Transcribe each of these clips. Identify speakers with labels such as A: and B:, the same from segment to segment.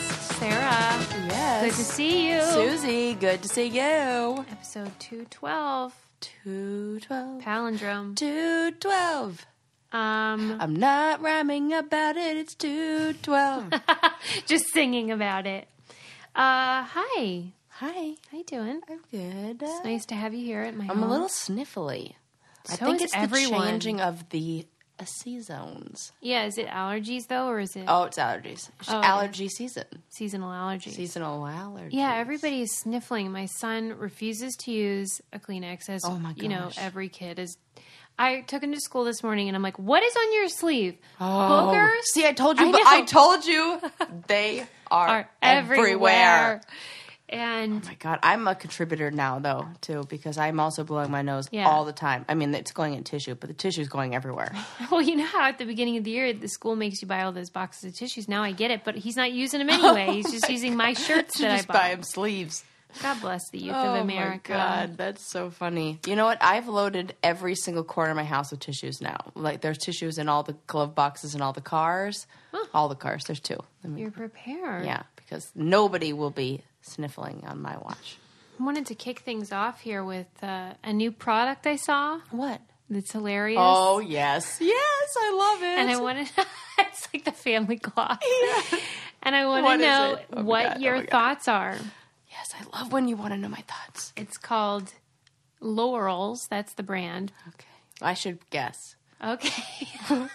A: Sarah.
B: Yes.
A: Good to see you.
B: Susie, good to see you.
A: Episode 212,
B: 212.
A: palindrome.
B: 212.
A: Um,
B: I'm not rhyming about it. It's 212.
A: just singing about it. Uh, hi.
B: Hi.
A: How you doing?
B: I'm good.
A: It's nice to have you here at my
B: I'm
A: home.
B: a little sniffly. I
A: So
B: think
A: is
B: it's
A: everyone.
B: the changing of the uh, seasons.
A: Yeah, is it allergies though, or is it
B: Oh, it's allergies. It's
A: Oh, okay.
B: Allergy season.
A: seasonal allergies?
B: Seasonal allergies.
A: Yeah, everybody is sniffling. My son refuses to use a Kleenex as
B: Oh my
A: you know,
B: gosh.
A: every kid is I took him to school this morning and I'm like, "What is on your sleeve?"
B: Oh.
A: Boogers?
B: See, I told you.
A: I
B: but
A: know.
B: I told you they are,
A: are
B: everywhere.
A: everywhere. And
B: Oh my god, I'm a contributor now though too because I'm also blowing my nose
A: Yeah.
B: all the time. I mean, it's going in tissue, but the tissue's going everywhere.
A: well, you know how at the beginning of the year the school makes you buy all those boxes of tissues. Now I get it, but he's not using them anyway. he's just using my shirts
B: You
A: that
B: just buy
A: I bought.
B: him sleeves.
A: God bless the youth
B: oh
A: of America.
B: my god, that's so funny. You know what? I've loaded every single corner of my house with tissues now. Like there's tissues in all the glove boxes in all the cars, all the cars. There's two. I mean,
A: You're prepared.
B: yeah, because nobody will be sniffling on my watch.
A: I wanted to kick things off here with uh, a new product I saw
B: What?
A: that's hilarious.
B: Oh yes, yes, I love it.
A: and I wanted it's like the family clock. And I
B: What
A: want
B: is
A: to know
B: it? Oh my
A: what
B: God, oh
A: your
B: my God.
A: thoughts are.
B: yes, I love when you want to know my thoughts.
A: It's called Laurels. That's the brand.
B: Okay, I should guess.
A: Okay.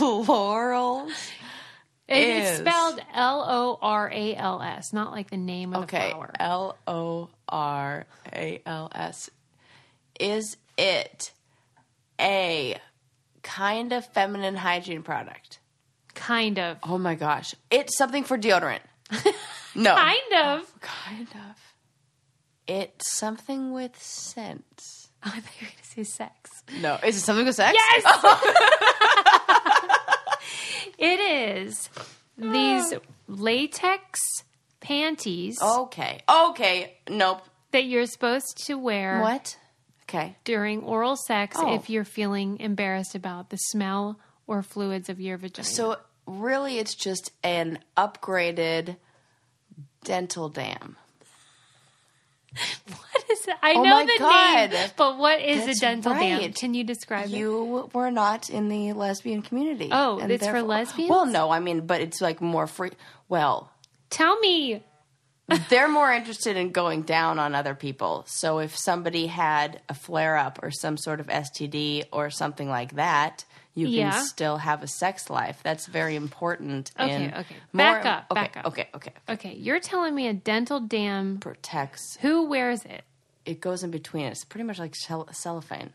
B: Laurels.
A: It's
B: Is.
A: spelled L O R A L S, not like the name of the
B: Okay.
A: flower.
B: L O R A L S. Is it a kind of feminine hygiene product?
A: Kind of.
B: Oh my gosh. It's something for deodorant. No.
A: Kind of.
B: kind of. It's something with scents.
A: Oh, I thought you were going to say sex.
B: No. Is it something with sex?
A: Yes! it is these latex panties
B: Oh. Okay. Okay. Nope.
A: that you're supposed to wear
B: What? Okay.
A: during oral sex
B: Oh.
A: if you're feeling embarrassed about the smell or fluids of your vagina.
B: So really, it's just an upgraded dental dam.
A: what is it? I
B: Oh
A: know
B: my
A: the name,
B: God.
A: but what is
B: That's
A: a dental dam?
B: right.
A: Can you describe it?
B: You were not in the lesbian community.
A: Oh,
B: and
A: it's for lesbians?
B: Well, no, I mean, but it's like more free. Well,
A: Tell me.
B: they're more interested in going down on other people. So if somebody had a flare up or some sort of STD or something like that, you can
A: Yeah.
B: still have a sex life. That's very important.
A: Okay,
B: in
A: okay.
B: more-
A: Back up,
B: Okay,
A: back up.
B: Okay, okay.
A: Okay, you're telling me a dental dam.
B: Protects.
A: Who wears it?
B: It goes in between. It's pretty much like cell- cellophane.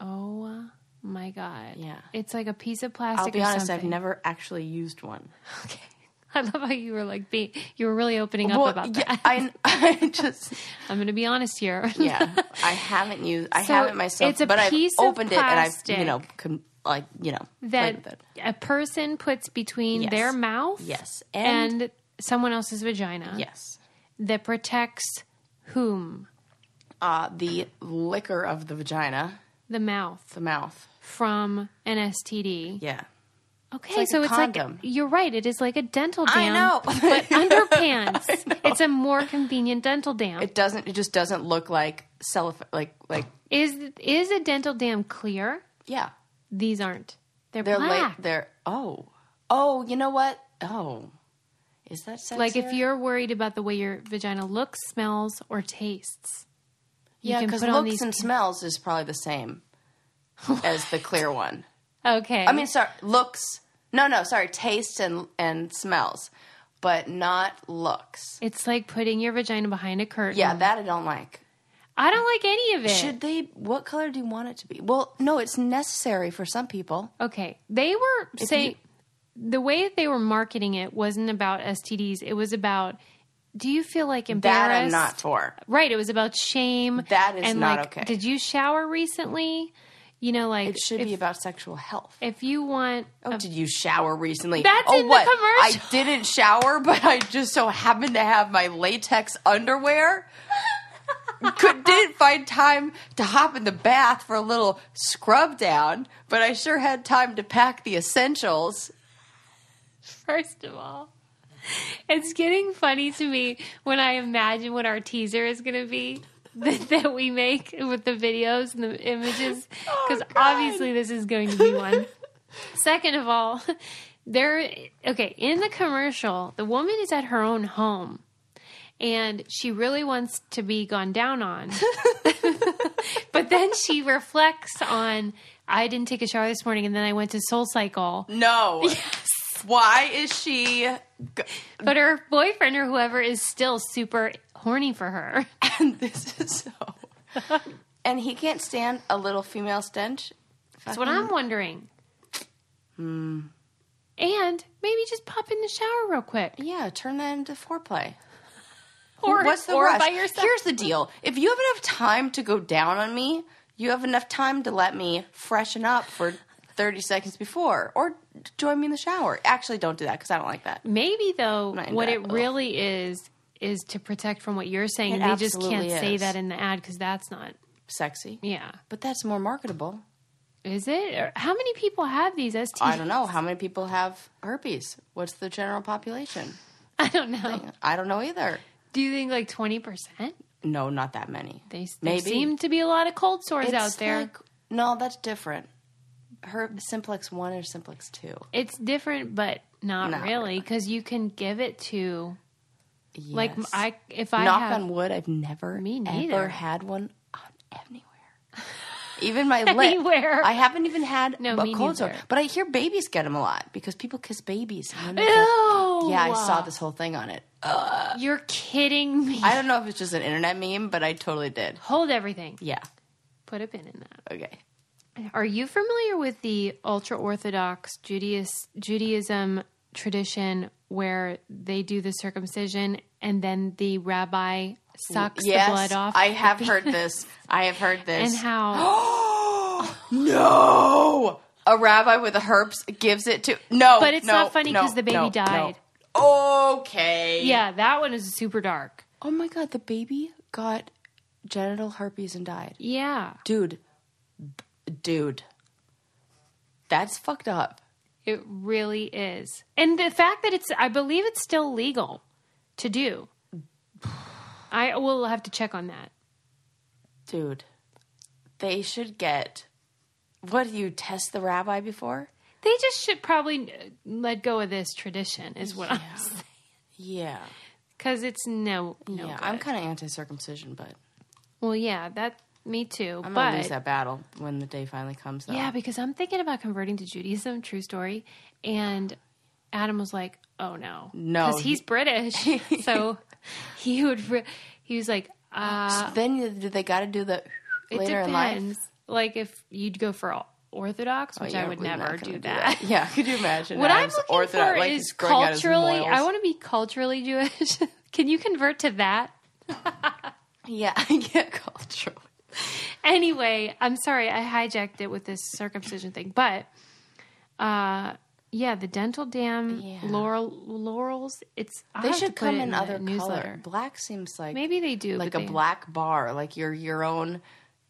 A: Oh my god.
B: Yeah.
A: It's like a piece of plastic.
B: I'll be
A: or
B: honest, I've
A: something.
B: never actually used one.
A: Okay. I love how you were like, be, you were really opening up about that.
B: yeah, I, I just
A: I'm going to be honest here.
B: yeah, I haven't used. I
A: So
B: haven't myself.
A: it's a
B: but
A: piece of
B: I've opened it and I've you
A: plastic
B: know com- like you know played
A: that
B: with it.
A: a person puts between
B: Yes.
A: their mouth
B: Yes, and,
A: and, someone else's vagina
B: yes,
A: that protects whom?
B: uh, the liquor of the vagina,
A: The mouth
B: the mouth.
A: from an STD.
B: Yeah,
A: Okay,
B: like
A: so
B: a
A: it's
B: condom.
A: like you're right. It is like a dental dam,
B: I know.
A: but underpants. It's a more convenient dental dam.
B: it doesn't. It just doesn't look like cellophane. Like like
A: Is is a dental dam clear?
B: yeah,
A: These aren't. They're,
B: they're like
A: black.
B: they're oh oh you know what oh is that sexier?
A: like if you're worried about the way your vagina looks, smells, or tastes. you
B: yeah
A: can
B: because
A: put
B: looks
A: on these
B: and smells is probably the same as the clear one.
A: Okay.
B: I mean, sorry, looks. No, no, sorry, tastes and and smells, but not looks.
A: It's like putting your vagina behind a curtain.
B: Yeah, that I don't like.
A: I don't like any of it.
B: Should they? What color do you want it to be? Well, no, it's necessary for some people.
A: okay. They were saying the way that they were marketing it wasn't about STDs. It was about do you feel like
B: That
A: embarrassed?
B: I'm not for.
A: Right. It was about shame.
B: That is
A: and
B: not
A: like,
B: okay.
A: Did you shower recently? You know, like
B: It should
A: if,
B: be about sexual health.
A: if you want
B: Oh, did you shower recently?
A: Um, That's
B: oh,
A: in the
B: what?
A: commercial.
B: I didn't shower, but I just so happened to have my latex underwear. Could didn't find time to hop in the bath for a little scrub down, but I sure had time to pack the essentials.
A: First of all, It's getting funny to me when I imagine what our teaser is going to be that, that we make with the videos and the images. Because
B: God.
A: obviously, this is going to be one. Second of all, there, okay, in the commercial, the woman is at her own home and she really wants to be gone down on. but then she reflects on, I didn't take a shower this morning and then I went to Soul Cycle.
B: No. Why is she? G-
A: But her boyfriend or whoever is still super horny for her.
B: And this is so. And he can't stand a little female stench.
A: That's what I'm wondering.
B: Hmm.
A: And maybe just pop in the shower real quick.
B: Yeah, turn that into foreplay.
A: Or,
B: What's the
A: or
B: rush?
A: by yourself.
B: Here's the deal: if you have enough time to go down on me, you have enough time to let me freshen up for thirty seconds before, or join me in the shower. Actually, don't do that because I don't like that.
A: maybe though,
B: not into
A: what
B: that,
A: it
B: ugh.
A: really is is to protect from what you're saying.
B: It
A: they just can't
B: absolutely
A: say
B: is.
A: that in the ad because that's not.
B: Sexy,
A: Yeah,
B: but that's more marketable.
A: is it? Or how many people have these STDs?
B: I don't know how many people have herpes. What's the general population?
A: I don't know.
B: I don't know either.
A: Do you think like twenty percent?
B: No, not that many.
A: They there
B: Maybe.
A: seem to be a lot of cold sores out there.
B: like- no, that's different. Her simplex one or simplex two.
A: It's different, but not,
B: Not
A: really because you can give it to like
B: Yes.
A: I if I
B: knock
A: have,
B: on wood, I've never
A: Me neither.
B: ever had one on anywhere. Even my lip.
A: Anywhere.
B: I haven't even had
A: No,
B: a
A: me
B: cold sore.
A: neither.
B: But I hear babies get them a lot because people kiss babies. and then they get-
A: Ew!
B: Yeah, I saw this whole thing on it.
A: You're kidding me.
B: I don't know if it's just an internet meme, but I totally did.
A: Hold everything.
B: Yeah.
A: Put a pin in that.
B: Okay.
A: Are you familiar with the ultra orthodox Judaism, Judaism tradition where they do the circumcision and then the rabbi sucks
B: yes,
A: the blood off?
B: I have heard this. I have heard this.
A: and how
B: no! A rabbi with the herpes gives it to no,
A: But it's
B: no,
A: not funny
B: no,
A: 'cause the baby
B: no, no.
A: died.
B: Okay.
A: Yeah, that one is super dark.
B: Oh my god, the baby got genital herpes and died.
A: Yeah.
B: Dude. B- Dude. That's fucked up.
A: It really is. And the fact that it's, I believe it's still legal to do. I will have to check on that.
B: Dude. They should get what do you test the rabbi before?
A: They just should probably uh, let go of this tradition, is what I'm saying.
B: Yeah.
A: Because it's no, no.
B: yeah.
A: good.
B: I'm kinda anti circumcision, but
A: well, yeah, that, me too.
B: I'm
A: but,
B: gonna lose that battle when the day finally comes though.
A: yeah, because I'm thinking about converting to Judaism, true story. And Adam was like, oh no.
B: No.
A: Because he's British. so he would, re- he was like, uh,
B: Then you- do they gotta do the
A: It
B: later in life? Oh,
A: depends. Like if you'd go for Orthodox, which I
B: Yeah,
A: would
B: we're not
A: never
B: gonna
A: do that.
B: Yeah, could you imagine?
A: What I'm
B: Adam's
A: looking
B: orthodox-
A: for
B: like,
A: is
B: he's growing out his
A: culturally.
B: moles.
A: I want to be culturally Jewish. Can you convert to that?
B: Yeah, I get cultural.
A: Anyway, I'm sorry I hijacked it with this circumcision thing, but uh, yeah, the dental dam
B: Yeah.
A: laurel laurels. It's I'll
B: They
A: have to
B: should
A: put
B: come
A: it
B: in
A: the
B: other color.
A: newsletter.
B: Black seems like
A: Maybe they do
B: like
A: but
B: a
A: they-
B: black bar, like your your own.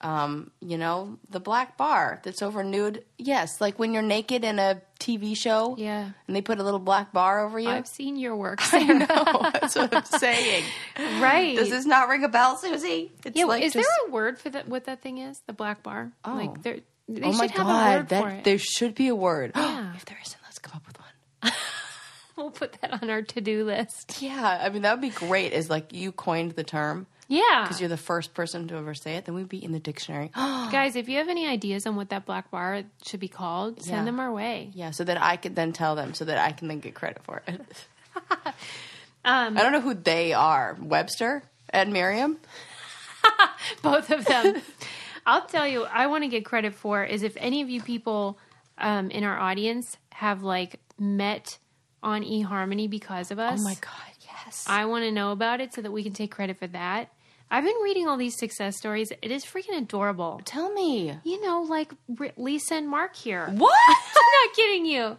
B: Um, you know, the black bar that's over nude. Yes, like when you're naked in a TV show.
A: Yeah.
B: and they put a little black bar over you.
A: I've seen your work,
B: no, that's what I'm saying.
A: right?
B: Does this not ring a bell, Susie? It's
A: Yeah,
B: like
A: is
B: just-
A: there a word for that? What that thing is? The black bar. Oh, like there, they
B: Oh
A: should
B: my
A: have
B: god,
A: a word
B: that
A: for it.
B: there should be a word.
A: Yeah.
B: if there isn't, let's come up with one.
A: We'll put that on our to-do list.
B: Yeah, I mean that would be great. Is like you coined the term
A: Yeah,
B: because you're the first person to ever say it. Then we'd be in the dictionary. Oh,
A: guys, if you have any ideas on what that black bar should be called, send
B: Yeah.
A: them our way.
B: yeah, so that I could then tell them, so that I can then get credit for it.
A: Um,
B: I don't know who they are. Webster and Miriam.
A: Both of them. I'll tell you. I want to get credit for is if any of you people um, in our audience have like met on eHarmony because of us.
B: Oh my god, yes.
A: I want to know about it so that we can take credit for that. I've been reading all these success stories. It is freaking adorable.
B: Tell me
A: you know, like R- Lisa and Mark here.
B: what?
A: I'm not kidding you.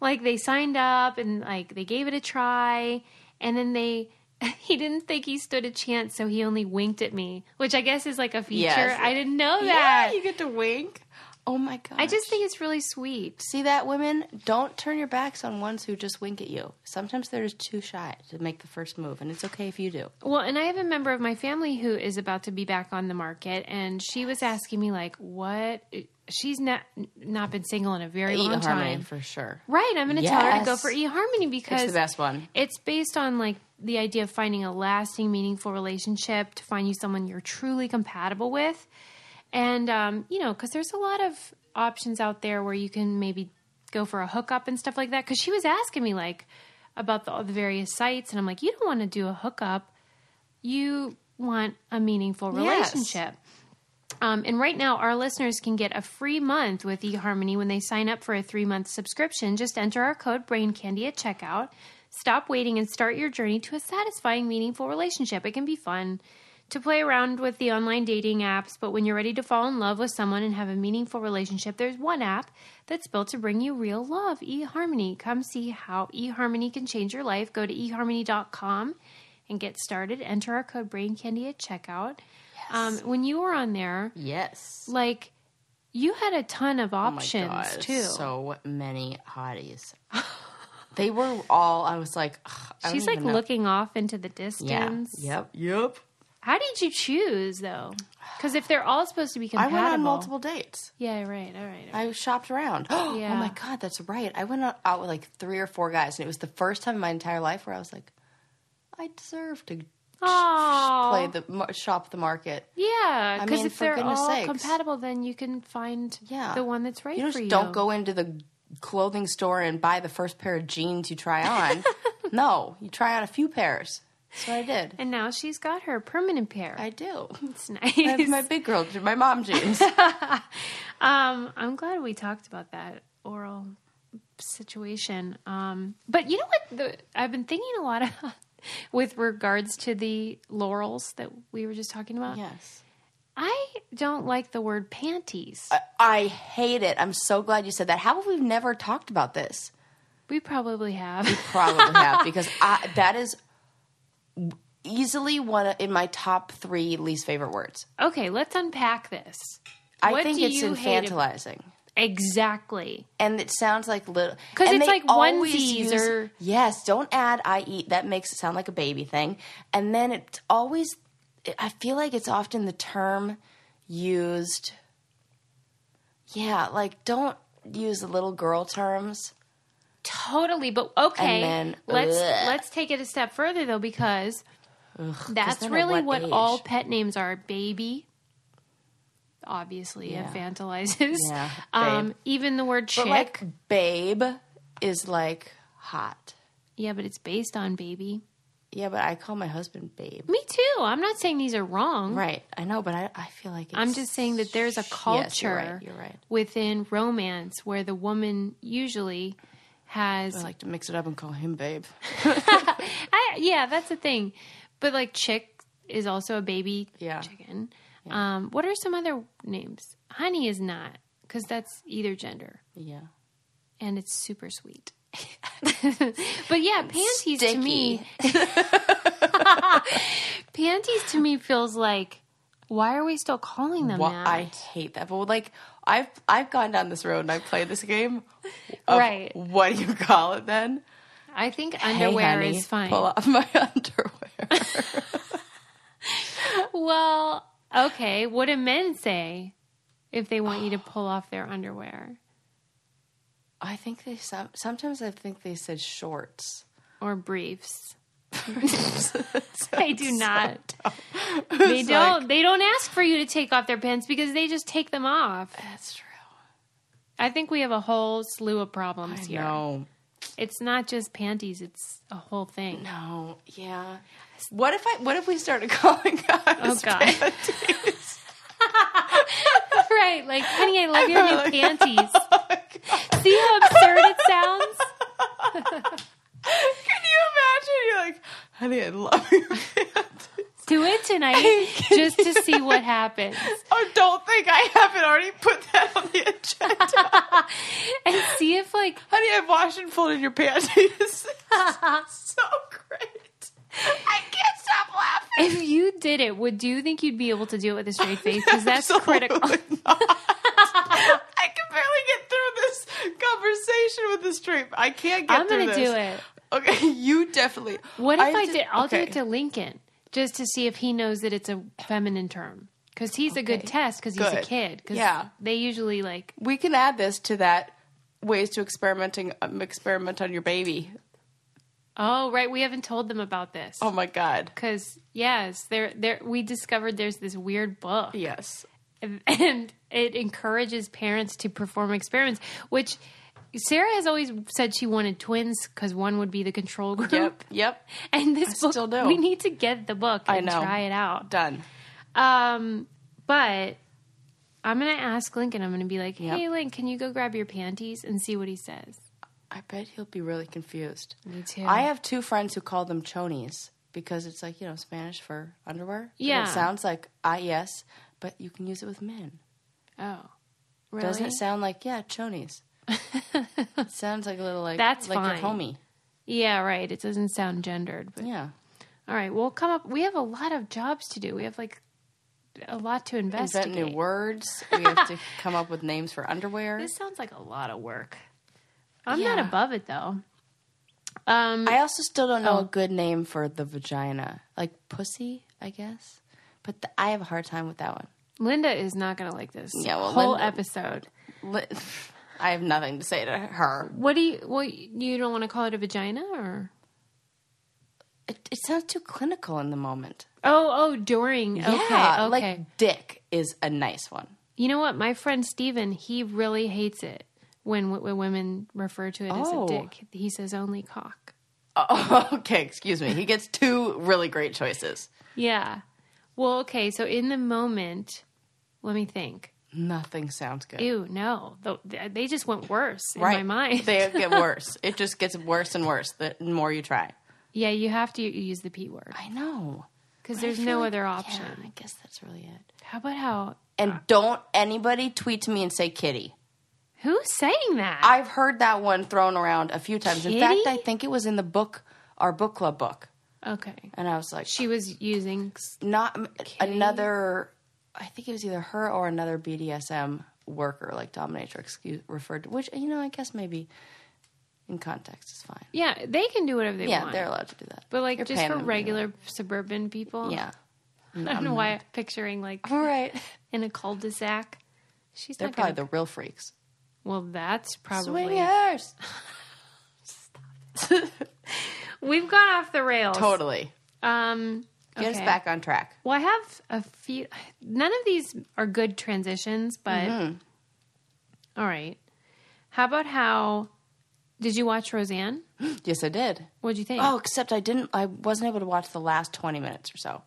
A: Like they signed up and like they gave it a try, and then they he didn't think he stood a chance, so he only winked at me, which I guess is like a feature.
B: Yes.
A: I didn't know
B: Yeah,
A: that.
B: you get to wink. Oh my god.
A: I just think it's really sweet.
B: see that women don't turn your backs on ones who just wink at you. Sometimes they're just too shy to make the first move, and it's okay if you do.
A: Well, and I have a member of my family who is about to be back on the market, and she was asking me like, "What? uh, She's not not been single in a very long
B: E E-harmony
A: time,
B: for sure.
A: right?" I'm going to tell her to go
B: Yes.
A: for eHarmony because
B: It's the best one.
A: It's based on like the idea of finding a lasting, meaningful relationship to find you someone you're truly compatible with, and um, you know, because there's a lot of options out there where you can maybe go for a hookup and stuff like that. Because she was asking me like about the, all the various sites, and I'm like, you don't want to do a hookup, you want a meaningful
B: Yes.
A: relationship. Um, and right now, our listeners can get a free month with eHarmony when they sign up for a three month subscription. Just enter our code BrainCandy at checkout. Stop waiting and start your journey to a satisfying, meaningful relationship. It can be fun to play around with the online dating apps, but when you're ready to fall in love with someone and have a meaningful relationship, there's one app that's built to bring you real love eHarmony. Come see how eHarmony can change your life. Go to eHarmony.com and get started. Enter our code BrainCandy at checkout. Um, when you were on there,
B: Yes.
A: like you had a ton of
B: Oh my
A: options
B: God,
A: too.
B: So many hotties. they were all. I was like, ugh, I don't
A: She's like
B: even know.
A: looking off into the
B: Yeah.
A: distance.
B: Yep. Yep.
A: How did you choose though? Because if they're all supposed to be
B: I
A: compatible,
B: went on multiple dates.
A: Yeah, right, all right. All right.
B: I shopped around. Oh
A: Yeah.
B: my god, that's right. I went out- out with like three or four guys, and it was the first time in my entire life where I was like, I deserve to
A: Aw.
B: play the mar- shop the market.
A: yeah,
B: I
A: because
B: mean,
A: if
B: for
A: they're
B: goodness
A: all
B: sakes.
A: compatible, then you can find
B: Yeah.
A: the one that's right
B: You
A: for
B: just
A: you.
B: don't go into the clothing store and buy the first pair of jeans you try on. no, you try on a few pairs. That's what I did.
A: And now she's got her permanent pair.
B: I do.
A: It's nice.
B: I have my big girl, my mom jeans.
A: Um, I'm glad we talked about that oral situation. Um, but you know what? The, I've been thinking a lot about with regards to the laurels that we were just talking about.
B: yes.
A: I don't like the word panties.
B: I, I hate it. I'm so glad you said that. How have we never talked about this?
A: we probably have.
B: Probably have because I, that is easily one of, in my top three least favorite words.
A: okay, let's unpack this.
B: I
A: What
B: think
A: do
B: it's
A: you hate ab-
B: infantilizing.
A: Exactly.
B: and it sounds like little
A: 'Cause
B: and
A: it's
B: they
A: like
B: always
A: onesies
B: use-
A: or-
B: yes don't add i eat that makes it sound like a baby thing and then it's always i feel like it's often the term used yeah like don't use the little girl terms
A: Totally, but okay.
B: And then-
A: let's
B: Ugh.
A: let's take it a step further though, because that's
B: then at
A: really
B: what
A: what,
B: age?
A: all pet names are. Baby, obviously,
B: Yeah.
A: infantilizes.
B: Yeah,
A: um,
B: babe.
A: even the word chick.
B: but like babe is like hot
A: yeah, but it's based on baby.
B: yeah but i call my husband babe
A: Me too. I'm not saying these are wrong.
B: right i know but i, I feel like it's,
A: I'm just saying that there's a
B: Yes,
A: culture
B: you're right, you're right.
A: within romance where the woman usually has
B: i like to mix it up and call him babe
A: I, yeah, that's the thing. But like chick is also a baby
B: Yeah.
A: chicken. Um, what are some other names? Honey is not because that's either gender
B: yeah
A: and it's super sweet. but yeah, panties to me, panties to me feels like why are we still calling them
B: Wha-
A: that?
B: I hate that. But like I've I've gone down this road and I've played this game. of
A: Right.
B: What do you call it then?
A: I think
B: Hey,
A: underwear
B: honey,
A: is fine.
B: Pull off my underwear.
A: Well, okay. What do men say if they want you to pull off their underwear
B: I think they some, sometimes I think they said shorts.
A: or briefs?
B: I
A: They do not. They don't. they don't ask for you to take off their pants because they just take them off.
B: That's true.
A: I think we have a whole slew of problems here.
B: No,
A: It's not just panties; it's a whole thing.
B: no, yeah. What if I? What if we started calling guys?
A: Oh God! right? Like, honey, I love your new panties. See how absurd it sounds?
B: Can you imagine? You're like, honey, I love you.
A: Do it tonight just to see what happens.
B: oh, don't think I haven't already put that on the agenda.
A: and see if like
B: Honey, I've washed and folded your panties. so great. I can't stop laughing.
A: if you did it, would do you think you'd be able to do it with a straight face? Because that's critical.
B: Absolutely not. I fascination with this trip. I can't get
A: I'm
B: through
A: gonna
B: this.
A: do it.
B: Okay, you definitely.
A: What if I,
B: did-
A: did? I'll do
B: okay.
A: it to Lincoln just to see if he knows that it's a feminine term because he's a good
B: Okay.
A: test because he's a
B: Good.
A: kid. 'cause
B: Yeah.
A: they usually like
B: We can add this to that ways to experimenting um, experiment on your baby.
A: oh right we haven't told them about this
B: Oh my god.
A: because yes there there we discovered there's this weird book
B: Yes.
A: and, and it encourages parents to perform experiments which. Sarah has always said she wanted twins because one would be the control group,
B: Yep. Yep.
A: and this book
B: still do.
A: we need to get the book
B: I
A: and
B: know.
A: try it out.
B: Done.
A: Um, but I'm gonna ask Lincoln. I'm gonna be like,
B: Yep.
A: "Hey, Link, can you go grab your panties and see what he says?"
B: I bet he'll be really confused.
A: Me too.
B: I have two friends who call them chonies because it's like, you know, Spanish for underwear. And
A: Yeah.
B: It sounds like IES, but you can use it with men.
A: Oh, really?
B: Doesn't it sound like, yeah, chonies? it sounds like a little like,
A: That's
B: like your
A: fine.
B: homie.
A: yeah, right. It doesn't sound gendered. But
B: Yeah.
A: all right, we'll come up. We have a lot of jobs to do. We have like a lot to investigate.
B: Invent new words. We have to come up with names for underwear.
A: This sounds like a lot of work. I'm
B: Yeah.
A: not above it though. Um,
B: I also still don't know a
A: Oh.
B: good name for the vagina, like pussy, I guess. But th I have a hard time with that one.
A: Linda is not gonna like this.
B: Yeah, well,
A: whole
B: Linda-
A: episode.
B: Li- I have nothing to say to her.
A: What do you? Well, you don't want to call it a vagina or?
B: It, it sounds too clinical in the moment.
A: Oh, oh, during. okay,
B: Yeah,
A: okay.
B: like dick is a nice one.
A: you know what? My friend Steven, he really hates it when, w- when women refer to it
B: Oh.
A: as a dick. He says only cock.
B: Oh, okay, excuse me. He gets two really great choices.
A: Yeah. Well, okay. So in the moment, let me think.
B: Nothing sounds good.
A: Ew, no. Th- They just went worse in my mind.
B: they get worse. It just gets worse and worse the more you try.
A: yeah, you have to use the P word
B: I know.
A: because
B: I
A: there's
B: feel
A: no
B: like-
A: other
B: yeah,
A: option.
B: I guess that's really it. Uh.
A: How about how?
B: And don't anybody tweet to me and say kitty.
A: Who's saying that?
B: I've heard that one thrown around a few times. In fact,
A: Kitty?
B: I think it was in the book, our book club book,
A: okay.
B: and I was like,
A: She was using.
B: not another. I think it was either her or another BDSM worker, like dominatrix, excuse, referred to. Which you know, I guess maybe in context is fine.
A: Yeah, they can do whatever they
B: yeah,
A: want.
B: they're allowed to do that.
A: But like
B: You're
A: just
B: paying
A: for
B: them to do
A: regular suburban people.
B: that. yeah,
A: I don't know why I'm picturing like
B: all right.
A: in a cul-de-sac. She's
B: They're
A: not
B: probably
A: gonna,
B: the real freaks.
A: Well, that's probably
B: Swingers,
A: We've gone off the rails.
B: totally.
A: Um
B: Get us
A: okay.
B: back on track.
A: Well, I have a few none of these are good transitions, but
B: Mm-hmm.
A: All right. How about how did you watch Roseanne?
B: Yes, I did.
A: What'd you think?
B: Oh, except I didn't. I wasn't able to watch the last twenty minutes or so.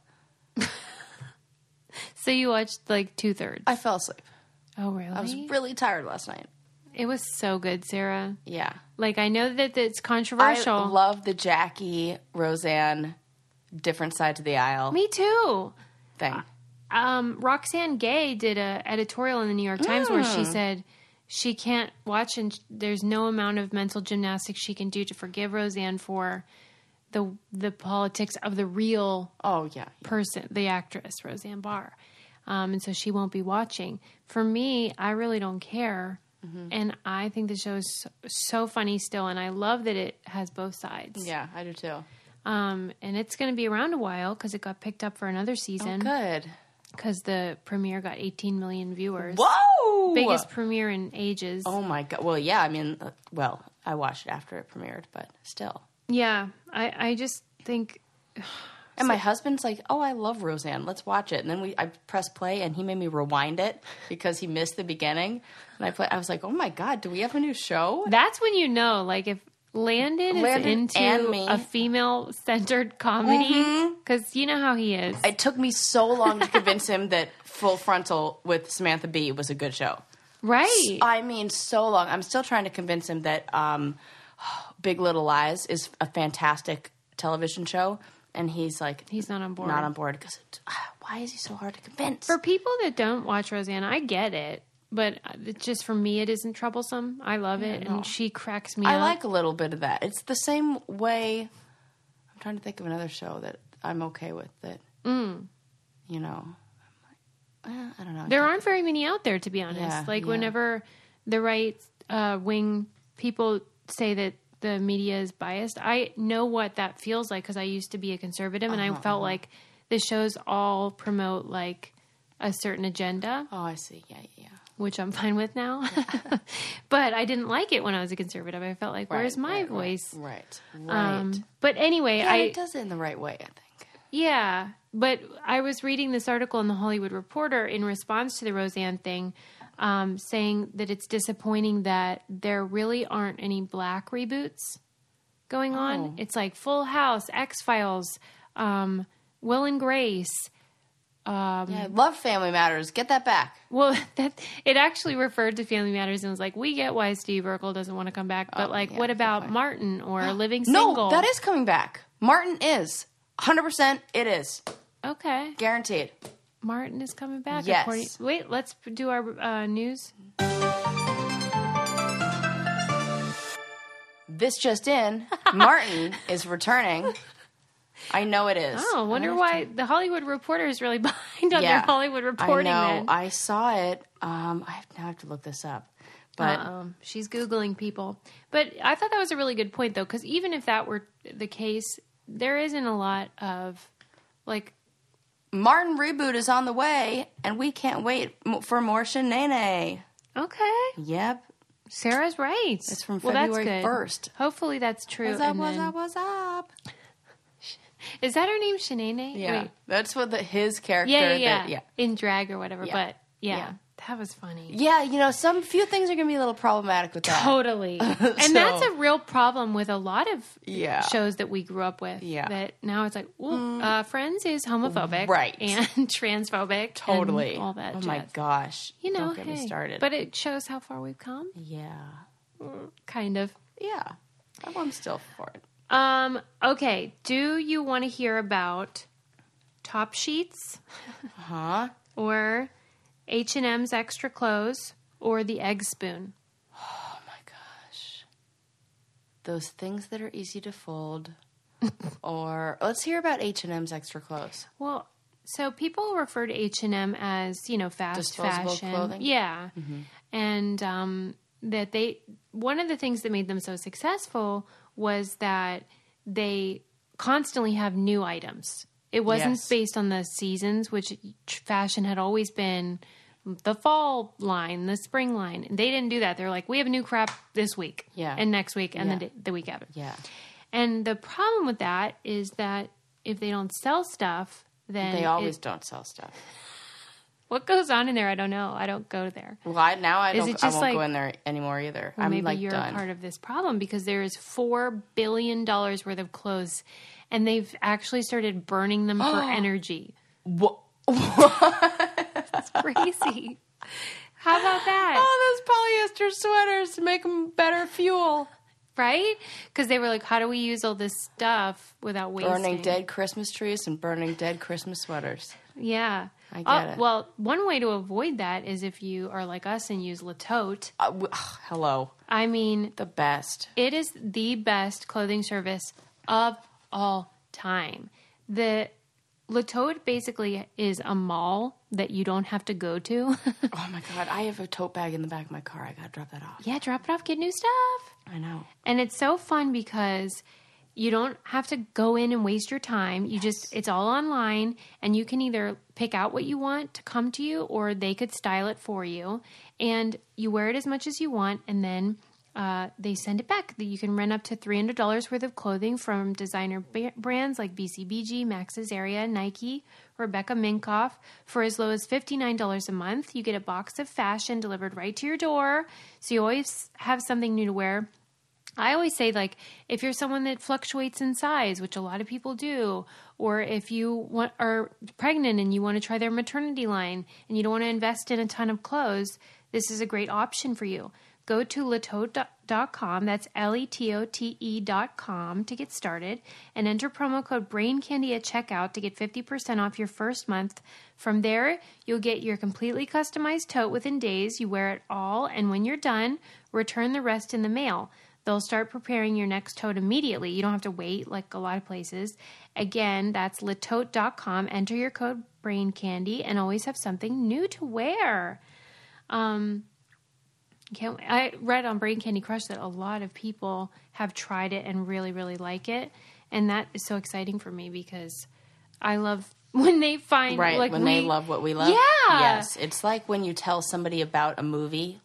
A: So you watched like two thirds.
B: I fell asleep.
A: Oh really?
B: I was really tired last night.
A: it was so good, Sarah.
B: Yeah.
A: Like I know that it's
B: I
A: controversial.
B: love the Jackie, Roseanne, different side to the aisle
A: Me too.
B: thing.
A: um, Roxanne Gay did a editorial in the New York Times where
B: Hmm.
A: she said she can't watch and sh- there's no amount of mental gymnastics she can do to forgive Roseanne for the the politics of the real
B: Oh, yeah.
A: person, the actress Roseanne Barr, um, and so she won't be watching. For me, I really don't care,
B: Mm-hmm.
A: and I think the show is so, so funny still, and I love that it has both sides.
B: Yeah, I do too.
A: Um, and it's going to be around a while because it got picked up for another season
B: Oh, Good.
A: because the premiere got 18 million viewers.
B: Whoa!
A: Biggest premiere in ages.
B: Oh, my God. Well, yeah, I mean, uh, well, I watched it after it premiered, but still.
A: Yeah, I, I just think
B: And my husband's like, "Oh, I love Roseanne. Let's watch it." And then we, I press play, and he made me rewind it because he missed the beginning. And I play, I was like, "Oh my god, do we have a new show?"
A: that's when you know, like, if Landon,
B: Landon
A: is
B: and
A: into
B: me. Mm-hmm.
A: a female centered comedy, because you know how he is.
B: It took me so long to convince him that Full Frontal with Samantha Bee was a good show.
A: right.
B: I mean, so long. I'm still trying to convince him that um, Big Little Lies is a fantastic television show, and he's like,
A: He's not on board.
B: not on board because why is he so hard to convince?
A: For people that don't watch Roseanne, I get it. But it's just for me, it isn't troublesome. I love it. And she cracks me
B: I
A: up.
B: like a little bit of that. It's the same way. I'm trying to think of another show that I'm okay with. That
A: Mm.
B: you know, I'm like, eh, I don't know.
A: There aren't very many out there, to be honest.
B: Yeah,
A: like
B: yeah.
A: whenever the right uh, wing people say that the media is biased. I know what that feels like because I used to be a conservative and
B: Uh-huh,
A: I felt like the shows all promote like a certain agenda,
B: Oh, I see. Yeah, yeah.
A: which I'm fine with now. but I didn't like it when I was a conservative. I felt like, where's
B: Right,
A: my
B: right, right,
A: voice?
B: Right. Right.
A: Um, but anyway,
B: yeah,
A: I
B: it does it in the right way, I think.
A: yeah, but I was reading this article in the Hollywood Reporter in response to the Roseanne thing, um, saying that it's disappointing that there really aren't any black reboots going
B: Oh.
A: on. It's like Full House, X Files, um, Will and Grace. Um,
B: Yeah, I love Family Matters. Get that back.
A: Well, that it actually referred to Family Matters and was like, "We get why Steve Urkel doesn't want to come back, but like,
B: Oh, yeah,
A: what
B: good
A: about
B: point.
A: Martin or Living Single?"
B: No, that is coming back. Martin is. 100% it is.
A: okay.
B: Guaranteed.
A: Martin is coming back.
B: Yes.
A: according- wait, let's do our uh, news.
B: This just in, Martin is returning. I know it is.
A: Oh, I wonder why the Hollywood Reporter is really behind on their Hollywood reporting.
B: I know. uh,
A: Then.
B: I saw it. Um, I have, now I have to look this up. But
A: Uh-oh. she's googling people. But I thought that was a really good point, though, because even if that were the case, there isn't a lot of like.
B: Martin reboot is on the way, and we can't wait m- for more Shenane.
A: Okay,
B: Yep.
A: Sarah's right.
B: It's from
A: Well, that's
B: February
A: good.
B: 1st.
A: Hopefully, that's true.
B: What's up,
A: and
B: what's
A: then-
B: up, what's up?
A: Is that her name, Shanae?
B: Yeah.
A: Wait.
B: That's what the, his character.
A: yeah, yeah,
B: that-
A: yeah.
B: yeah.
A: In drag or whatever,
B: Yeah.
A: but yeah,
B: Yeah.
A: that was funny.
B: Yeah, you know, some few things are going to be a little problematic with that.
A: Totally. and that's a real problem with a lot of
B: Yeah.
A: shows that we grew up with.
B: Yeah. Mm.
A: That now it's like, well, uh, Friends is homophobic.
B: Right.
A: And transphobic.
B: Totally.
A: And all that
B: Oh
A: jazz.
B: my gosh.
A: You know,
B: don't get me
A: hey,
B: started.
A: But it shows how far we've come,
B: yeah.
A: kind of.
B: Yeah. Oh, I'm still for it.
A: Um, okay. Do you want to hear about top sheets
B: Huh?
A: or H&M's extra clothes or the egg spoon?
B: Oh my gosh. Those things that are easy to fold. or let's hear about H&M's extra clothes.
A: Well, so people refer to H and M as you know fast
B: Disposable
A: fashion,
B: clothing? Mm-hmm.
A: yeah, and um, that they one of the things that made them so successful was that they constantly have new items. It wasn't
B: Yes.
A: based on the seasons, which fashion had always been the fall line, the spring line. They didn't do that. They're like, we have new crap this week,
B: Yeah.
A: and next week, and
B: Yeah.
A: the, day, the week after.
B: Yeah.
A: And the problem with that is that if they don't sell stuff, then
B: They
A: it-
B: always don't sell stuff.
A: what goes on in there? I don't know. I don't go there.
B: Well, I, now I
A: Is
B: don't
A: it
B: I
A: just
B: won't go
A: like-
B: in there anymore either.
A: Or
B: I'm
A: maybe
B: like
A: you're a
B: done.
A: part of this problem because there is four billion dollars worth of clothes, and they've actually started burning them for energy.
B: Wha-
A: It's crazy. How about that?
B: Oh, those polyester sweaters to make them better fuel.
A: Right? Because they were like, "How do we use all this stuff without wasting?"
B: Burning dead Christmas trees and burning dead Christmas sweaters.
A: Yeah.
B: I
A: Oh,
B: get it.
A: Well, one way to avoid that is if you are like us and use La Tote.
B: Uh, w- ugh, hello.
A: I mean,
B: The best.
A: It is the best clothing service of all time. The Latote basically is a mall that you don't have to go to.
B: Oh my god, I have a tote bag in the back of my car. I gotta drop that off.
A: yeah, drop it off, get new stuff.
B: I know.
A: And it's so fun because you don't have to go in and waste your time. You just it's all online and you can either pick out what you want to come to you or they could style it for you and you wear it as much as you want and then uh, they send it back. You can rent up to three hundred dollars worth of clothing from designer ba- brands like BCBG, Max's Area, Nike, Rebecca Minkoff for as low as fifty nine dollars a month. You get a box of fashion delivered right to your door, so you always have something new to wear. I always say, like, if you're someone that fluctuates in size, which a lot of people do, or if you want, are pregnant and you want to try their maternity line and you don't want to invest in a ton of clothes, this is a great option for you. Go to latote.com, that's L E T O T E.com to get started, and enter promo code BRAINCANDY at checkout to get 50% off your first month. From there, you'll get your completely customized tote within days. You wear it all, and when you're done, return the rest in the mail. They'll start preparing your next tote immediately. You don't have to wait like a lot of places. Again, that's latote.com. Enter your code brain candy and always have something new to wear. Um, Can't, I read on Brain Candy Crush that a lot of people have tried it and really, really like it. And that is so exciting for me because I love when they find
B: Right,
A: like
B: when
A: we,
B: they love what we love.
A: Yeah.
B: Yes. It's like when you tell somebody about a movie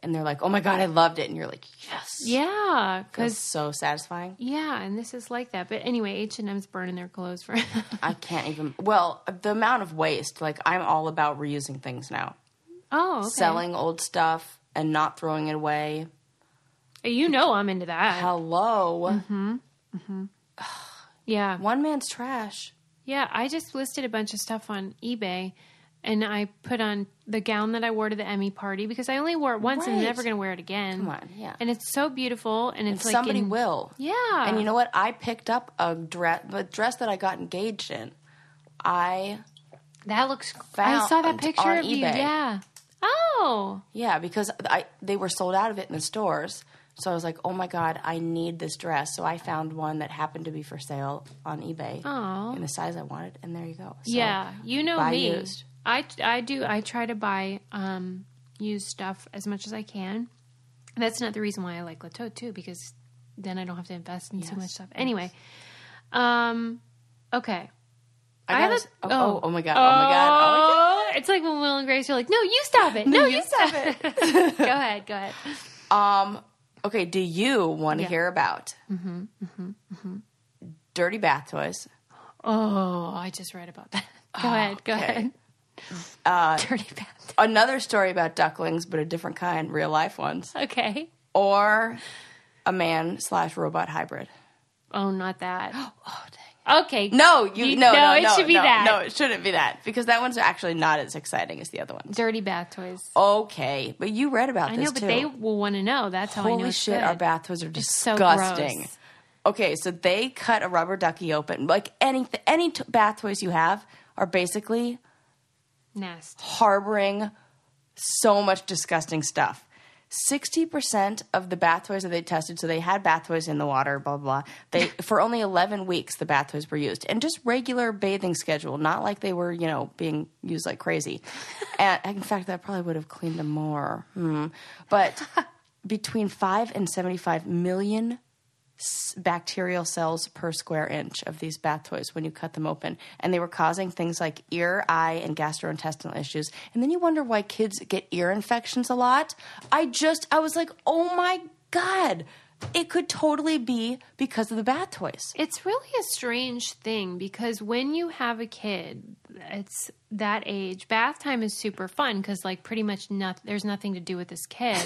B: and they're like, oh my God, I loved it. And you're like, yes.
A: Yeah,
B: It's
A: because
B: so satisfying.
A: yeah, and this is like that. But anyway, H and M's burning their clothes for.
B: I can't even. Well, the amount of waste, like, I'm all about reusing things now.
A: oh, okay.
B: Selling old stuff and not throwing it away.
A: You know I'm into that.
B: Hello.
A: Yeah,
B: One man's trash.
A: yeah. I just listed a bunch of stuff on eBay, and I put on the gown that I wore to the Emmy party because I only wore it once and I'm
B: Right.
A: never going to wear it again.
B: Come on, yeah.
A: And it's so beautiful, and it's like
B: Somebody
A: in-
B: will.
A: Yeah,
B: And you know what? I picked up a dress, the dress that I got engaged in. I
A: that looks. I
B: found-
A: saw that
B: it's
A: picture
B: on
A: of you.
B: eBay.
A: Yeah. Oh,
B: yeah, because I they were sold out of it in the stores. So I was like, "Oh my god, I need this dress." So I found one that happened to be for sale on eBay
A: Aw.
B: in the size I wanted, and there you go. So,
A: yeah. You know
B: buy
A: me.
B: used.
A: I I do. I try to buy um used stuff as much as I can. That's not the reason why I like Lato too, because then I don't have to invest in so much stuff. Anyway, um, okay.
B: I,
A: have
B: got
A: a-
B: a- oh, oh, oh my god, oh my god, oh my god.
A: Oh, it's like when Will and Grace are like, "No, you stop it. No, you, stop it. go ahead, go ahead."
B: Um, okay, do you want to hear about
A: Mm-hmm,
B: dirty bath toys?
A: Oh, I just read about that. Go ahead, go ahead.
B: Uh,
A: Dirty bath.
B: Another story about ducklings, but a different kind, real life ones,
A: Okay.
B: or a man slash robot hybrid.
A: Oh, not that.
B: Oh dang.
A: Okay.
B: No, you, no, no,
A: it should be
B: no,
A: that.
B: No, it shouldn't be that because that one's actually not as exciting as the other ones.
A: Dirty bath toys.
B: Okay, but you read about
A: I
B: this
A: know, but
B: too.
A: they will want to know. That's how I know.
B: Holy
A: it's
B: shit,
A: good.
B: our bathrooms are
A: so gross.
B: disgusting. okay, so they cut a rubber ducky open. Like any any t- bath toys you have are basically
A: Nasty.
B: harboring so much disgusting stuff. 60% of the bath toys that they tested, so they had bath toys in the water, blah, blah, blah. They, for only 11 weeks, the bath toys were used. And just regular bathing schedule, not like they were, you know, being used like crazy. and, in fact, that probably would have cleaned them more. Hmm. But between 5 and 75 million s- bacterial cells per square inch of these bath toys when you cut them open. And they were causing things like ear, eye, and gastrointestinal issues. And then you wonder why kids get ear infections a lot. I just, I was like, oh my God. It could totally be because of the bath toys.
A: It's really a strange thing because when you have a kid, it's that age. Bath time is super fun because, like, pretty much nothing. There's nothing to do with this kid,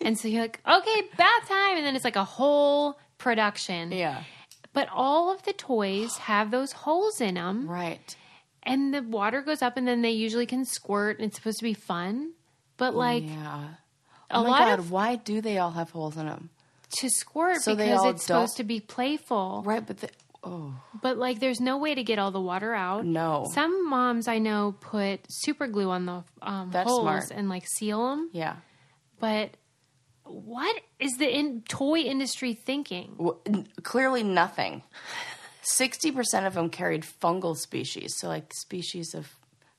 A: and so you're like, okay, bath time, and then it's like a whole production.
B: Yeah.
A: But all of the toys have those holes in them,
B: Right.
A: and the water goes up, and then they usually can squirt, and it's supposed to be fun. But like
B: Oh, Yeah.
A: a
B: oh my
A: lot
B: God,
A: of
B: why do they all have holes in them?
A: to squirt
B: So they
A: because
B: all
A: it's
B: don't-
A: supposed to be playful.
B: Right, but the, oh,
A: But like, there's no way to get all the water out.
B: No.
A: Some moms I know put super glue on the um,
B: That's
A: holes
B: smart.
A: and like seal them.
B: yeah.
A: But what is the in- toy industry thinking?
B: w- n- clearly nothing. 60% of them carried fungal species, so like species of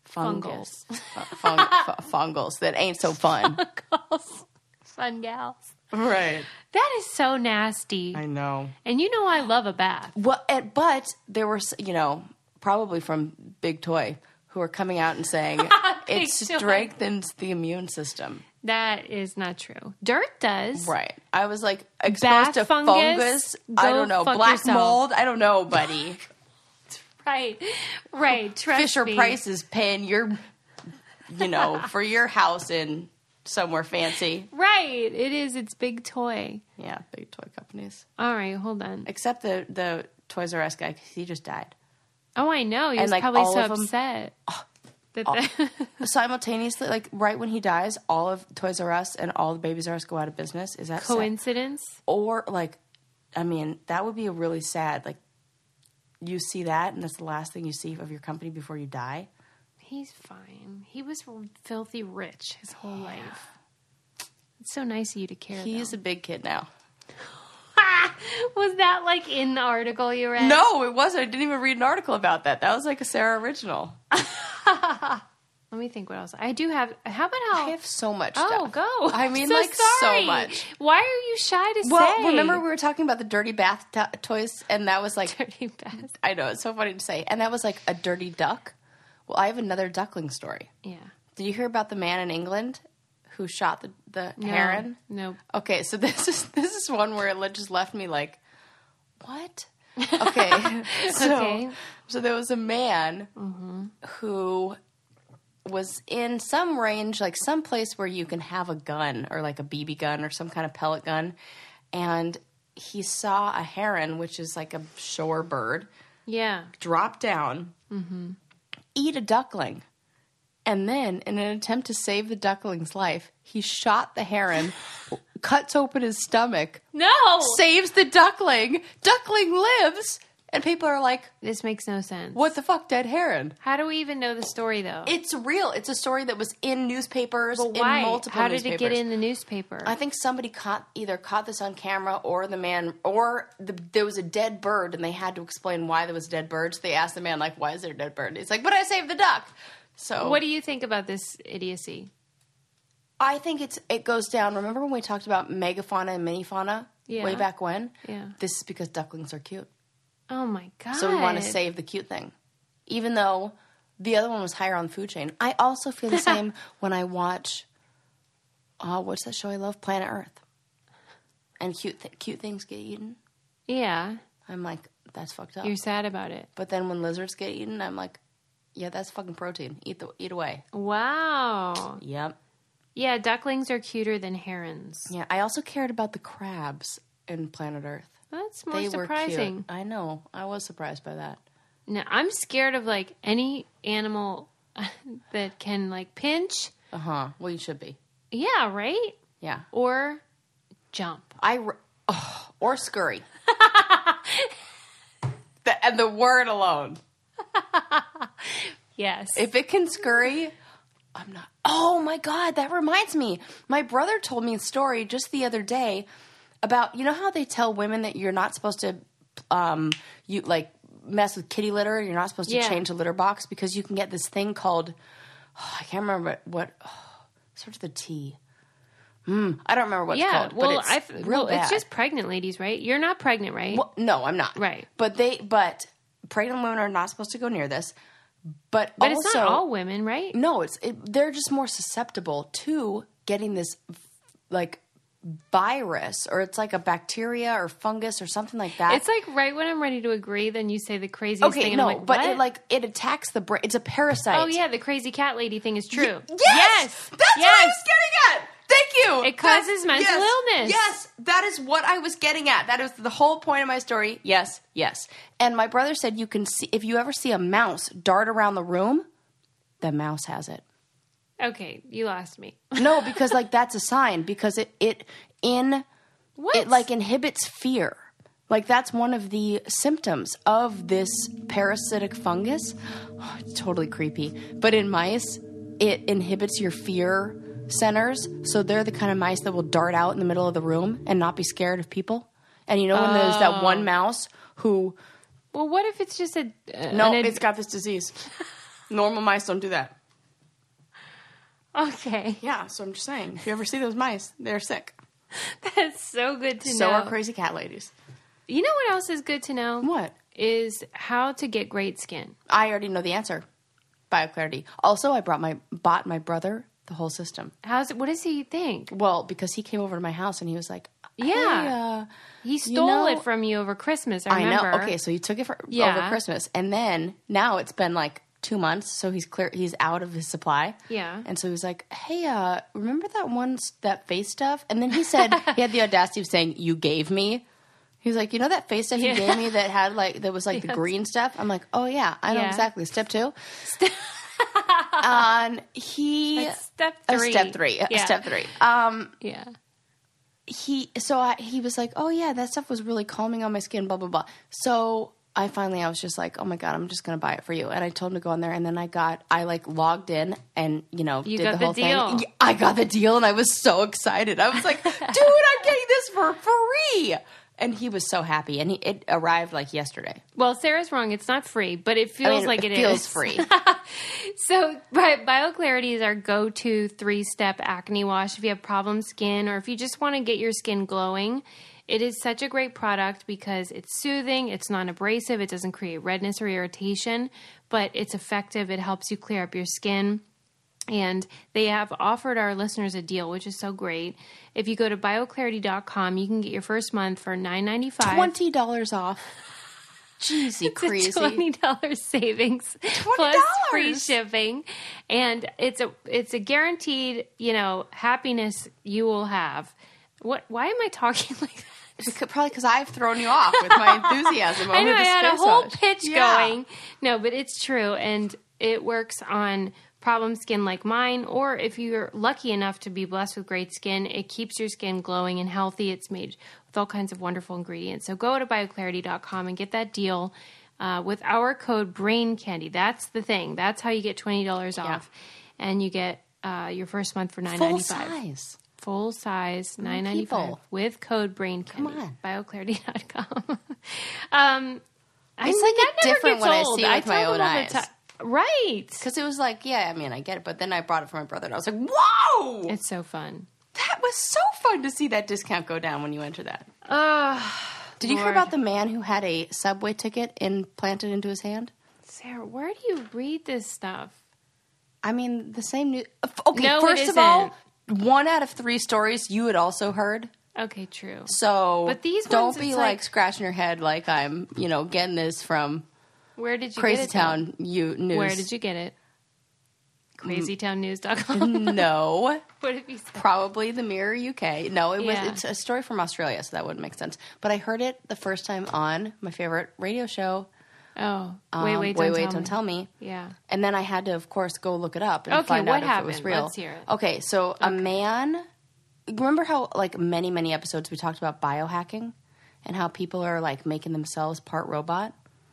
B: fungus. Fungals. Fung, f- fungals that ain't so fun.
A: Girls, fun gals.
B: right.
A: That is so nasty.
B: I know.
A: and you know I love a bath.
B: Well, and, but there were, s- you know, probably from Big Toy who are coming out and saying
A: Big
B: it
A: Toy.
B: strengthens the immune system.
A: That is not true. Dirt does.
B: Right. I was like exposed
A: Bath
B: to
A: fungus?
B: fungus. I
A: Go
B: don't know.
A: fuck
B: Black
A: yourself.
B: mold. I don't know, buddy.
A: Right. Right. Trust
B: Fisher
A: me.
B: Price is paying your, you know, for your house in somewhere fancy.
A: Right. It is. It's big toy.
B: Yeah, big toy companies.
A: All right. Hold on.
B: Except the the Toys R Us guy because he just died
A: Oh, I know. He was
B: like,
A: probably
B: all
A: so
B: of 'em- Ah.
A: upset. that the-
B: simultaneously. Like right when he dies, all of Toys R Us and all the Babies R Us go out of business. Is that sad?
A: coincidence?
B: Or like, I mean, that would be a really sad. Like, you see that, and that's the last thing you see of your company before you die.
A: He's fine. He was filthy rich his whole life. It's so nice of you to care.
B: He's
A: though.
B: a big kid now.
A: was that like in the article you read?
B: No, it wasn't. I didn't even read an article about that. That was like a Sarah original.
A: Let me think what else. I do have. How about
B: I
A: how?
B: have so much
A: oh,
B: stuff.
A: go.
B: I
A: I'm
B: mean,
A: so
B: like, so
A: sorry.
B: much.
A: Why are you shy to
B: Well,
A: say?
B: remember we were talking about the dirty bath to- toys, and that was like
A: dirty bath.
B: I know it's so funny to say, and that was like a dirty duck. Well, I have another duckling story.
A: Yeah.
B: Did you hear about the man in England who shot the, the
A: No.
B: heron?
A: Nope.
B: Okay, so this is this is one where it le- just left me like, what? Okay, so
A: Okay.
B: so there was a man who was in some range, like some place where you can have a gun or like a BB gun or some kind of pellet gun, and he saw a heron, which is like a shore bird,
A: Yeah.
B: drop down, Mm-hmm. eat a duckling. And then, in an attempt to save the duckling's life, he shot the heron, cuts open his stomach,
A: No.
B: saves the duckling. Duckling lives. And people are like,
A: This makes no sense.
B: what the fuck, dead heron?
A: How do we even know the story though?
B: It's real. It's a story that was in newspapers,
A: But why?
B: in multiple
A: How did it get
B: newspapers.
A: in the newspaper?
B: I think somebody caught either caught this on camera or the man or the, there was a dead bird and they had to explain why there was a dead bird. So they asked the man like, "Why is there a dead bird?" He's like, "But I saved the duck." So
A: what do you think about this idiocy?
B: I think it's it goes down. Remember when we talked about megafauna and minifauna
A: Yeah.
B: way back when?
A: Yeah.
B: This is because ducklings are cute,
A: Oh my god.
B: so we want to save the cute thing, even though the other one was higher on the food chain. I also feel the same when I watch. Oh, what's that show I love? Planet Earth. And cute, th- cute things get eaten.
A: Yeah.
B: I'm like, that's fucked up.
A: You're sad about it.
B: but then when lizards get eaten, I'm like, yeah, that's fucking protein. Eat the eat away.
A: Wow.
B: Yep.
A: Yeah, ducklings are cuter than herons.
B: Yeah. I also cared about the crabs in Planet Earth.
A: That's more surprising.
B: cute. I know. I was surprised by that.
A: No, I'm scared of like any animal that can like pinch.
B: Uh huh. Well, you should be.
A: Yeah, right?
B: Yeah.
A: Or jump.
B: I r- oh, or scurry. the, and the word alone.
A: Yes.
B: If it can scurry, I'm not. Oh my God, that reminds me. My brother told me a story just the other day about you know how they tell women that you're not supposed to, um, you like mess with kitty litter, you're not supposed to
A: Yeah.
B: change a litter box because you can get this thing called, oh, I can't remember what, oh, starts with a T. Mm, I don't remember what
A: yeah.
B: it's called.
A: well,
B: but it's
A: I th-
B: real
A: well, it's
B: bad.
A: just pregnant ladies, right? You're not pregnant, right?
B: Well, no, I'm not.
A: Right.
B: But they, but pregnant women are not supposed to go near this. But,
A: but
B: also,
A: it's not all women, right?
B: no, it's it, they're just more susceptible to getting this like virus or it's like a bacteria or fungus or something like that.
A: It's like right when I'm ready to agree, then you say the craziest
B: okay,
A: thing. And
B: no,
A: I'm like,
B: but
A: what?
B: it like it attacks the brain. It's a parasite.
A: oh yeah, the crazy cat lady thing is true.
B: Yes, that's what I was getting at. Thank you.
A: It causes
B: That's-
A: mental
B: yes,
A: illness.
B: Yes, that is what I was getting at. That is the whole point of my story. Yes, yes. And my brother said you can see if you ever see a mouse dart around the room, the mouse has it.
A: Okay, you lost me.
B: No, because like that's a sign because it it in
A: What?
B: it like inhibits fear. Like that's one of the symptoms of this parasitic fungus. Oh, it's totally creepy. But in mice, it inhibits your fear centers. So they're the kind of mice that will dart out in the middle of the room and not be scared of people. And you know when there's that one mouse who
A: well, what if it's just a uh,
B: no,
A: an ad-
B: it's got this disease. Normal mice don't do that.
A: okay.
B: Yeah, so I'm just saying, if you ever see those mice, they're sick.
A: That's so good to
B: So
A: know.
B: are crazy cat ladies.
A: you know what else is good to know?
B: What?
A: is how to get great skin?
B: I already know the answer. BioClarity. Also, I brought my bought my brother the whole system.
A: How's it? What does he think?
B: Well, because he came over to my house and he was like, hey,
A: Yeah.
B: uh,
A: He stole
B: know-
A: it from you over Christmas. I
B: I
A: remember.
B: know. Okay, so he took it for
A: Yeah.
B: over Christmas, and then now it's been like two months, so he's clear. He's out of his supply.
A: Yeah.
B: And so he was like, "Hey, uh, remember that one s- that face stuff?" And then he said he had the audacity of saying, "You gave me." He was like, "You know that face stuff
A: Yeah.
B: you gave me that had like that was like the
A: Yes.
B: green stuff." I'm like, "Oh yeah, I know
A: Yeah.
B: exactly." Step two. and he
A: That's step
B: Oh,
A: three.
B: step three.
A: Yeah.
B: Step three. Um,
A: Yeah.
B: he so I, he was like, "Oh yeah, that stuff was really calming on my skin." Blah blah blah. So I finally I was just like, "Oh my god, I'm just gonna buy it for you." And I told him to go on there, and then I got I like logged in and you know
A: You
B: did
A: got
B: the
A: the
B: whole
A: deal.
B: thing. Yeah, I got the deal, and I was so excited. I was like, "Dude, I'm getting this for free!" and he was so happy, and he, it arrived like yesterday.
A: Well, Sarah's wrong. It's not free, but it feels
B: mean,
A: like
B: it
A: it
B: feels
A: is.
B: free.
A: so, Bi- BioClarity is our go to three step acne wash. If you have problem skin or if you just want to get your skin glowing, it is such a great product because it's soothing, it's non abrasive, it doesn't create redness or irritation, but it's effective. It helps you clear up your skin. And they have offered our listeners a deal, which is so great. If you go to bioclarity.com, you can get your first month for $9.95.
B: Twenty dollars off. Jeezy
A: It's a
B: crazy.
A: Twenty dollars savings plus free shipping, and it's a it's a guaranteed you know happiness you will have. What? Why am I talking like that?
B: Beca- Probably because I've thrown you off with my enthusiasm.
A: I
B: over
A: know I
B: this
A: had a
B: face
A: whole
B: wash.
A: pitch
B: Yeah.
A: going. No, but it's true, and it works on problem skin like mine, or if you're lucky enough to be blessed with great skin, it keeps your skin glowing and healthy. It's made with all kinds of wonderful ingredients. So go to bioclarity.com and get that deal. Uh, with our code brain candy that's the thing that's how you get $20 off and you get uh, your first month for $9.95
B: Full size.
A: full size, nine ninety five
B: people.
A: with code brain candy.
B: on.
A: Bioclarity.com. um I
B: It's
A: mean,
B: like
A: that never
B: different
A: gets
B: when I
A: old.
B: see it with my
A: tell
B: own
A: them all the
B: eyes.
A: ti- Right.
B: Because it was like, yeah, I mean, I get it. But then I brought it for my brother, and I was like, whoa!
A: It's so fun.
B: that was so fun to see that discount go down when you enter that.
A: Ugh.
B: Did you hear
A: Lord.
B: about the man who had a subway ticket implanted into his hand?
A: Sarah, where do you read this stuff?
B: I mean, the same news. Okay,
A: No, it
B: 1st of all, one out of three stories you had also heard.
A: Okay, true.
B: So,
A: But these
B: don't
A: ones,
B: be
A: it's
B: like,
A: like-
B: scratching your head like I'm, you know, getting this from
A: Where did you
B: Crazy
A: get it? though?
B: Town you news. Mm.
A: Where did you get it? CrazyTownNews.com.
B: no,
A: what did you say?
B: probably the Mirror UK. No, it
A: Yeah.
B: was it's a story from Australia, so that wouldn't make sense. But I heard it the first time on my favorite radio show.
A: Oh, wait,
B: um,
A: wait,
B: wait,
A: don't
B: wait,
A: tell
B: don't
A: me.
B: tell me.
A: Yeah.
B: And then I had to, of course, go look it up and
A: Okay,
B: find
A: what
B: out if it was
A: happened?
B: real.
A: Let's hear it.
B: Okay, so a man. Remember how, like, many, many episodes we talked about biohacking and how people are, like, making themselves part robot?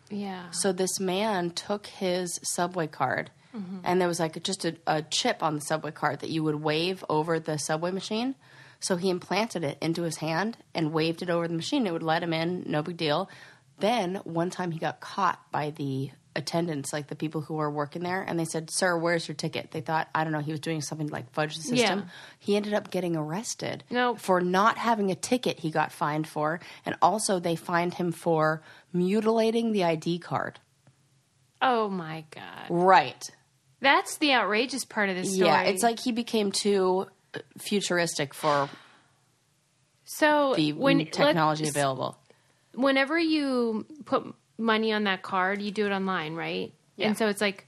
A: Yeah.
B: So this man took his subway card,
A: Mm-hmm.
B: and there was, like, just a, a chip on the subway card that you would wave over the subway machine. So he implanted it into his hand and waved it over the machine. It would let him in, no big deal. Then one time he got caught by the attendants, like the people who were working there, and they said, Sir, where's your ticket? They thought, I don't know, he was doing something to, like fudge the system.
A: Yeah.
B: He ended up getting arrested
A: Nope.
B: for not having a ticket he got fined for, and also they fined him for mutilating the ID card.
A: Oh my god.
B: Right.
A: That's the outrageous part of this story.
B: Yeah, it's like he became too uh, futuristic for
A: so
B: the
A: when
B: technology
A: let-
B: available.
A: whenever you put money on that card, you do it online, right?
B: Yeah.
A: And so it's like,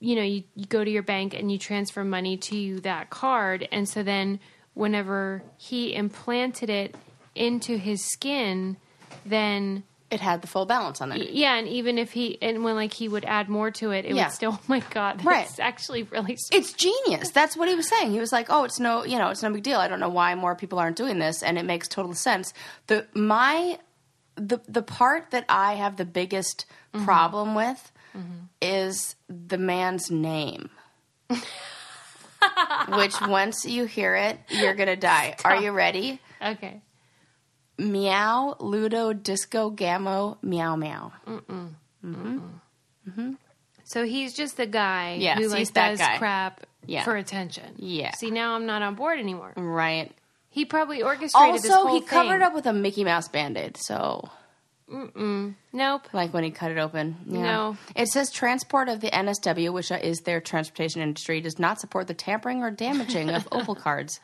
A: you know, you, you go to your bank and you transfer money to that card. And so then whenever he implanted it into his skin, then
B: It had the full balance on there.
A: yeah, and even if he and when like he would add more to it, it
B: Yeah.
A: would still. Oh my god, that's
B: Right.
A: actually really. str-
B: It's genius. That's what he was saying. He was like, "Oh, it's no, you know, it's no big deal. I don't know why more people aren't doing this, and it makes total sense." The my the the part that I have the biggest
A: Mm-hmm.
B: problem with is the man's name. Which once you hear it, you're going to die. Are you ready?
A: Okay.
B: Meow, Ludo, Disco, Gammo, Meow, Meow.
A: So he's just the guy
B: Yes,
A: who
B: he's
A: like
B: that
A: does
B: guy.
A: crap
B: Yeah.
A: for attention.
B: Yeah.
A: See, now I'm not on board anymore.
B: Right.
A: He probably orchestrated this
B: Also,
A: whole
B: he
A: thing.
B: covered up with a Mickey Mouse band aid, so.
A: Nope.
B: like when he cut it open. Yeah.
A: No.
B: It says transport of the NSW, which is their transportation industry, does not support the tampering or damaging of Opal cards,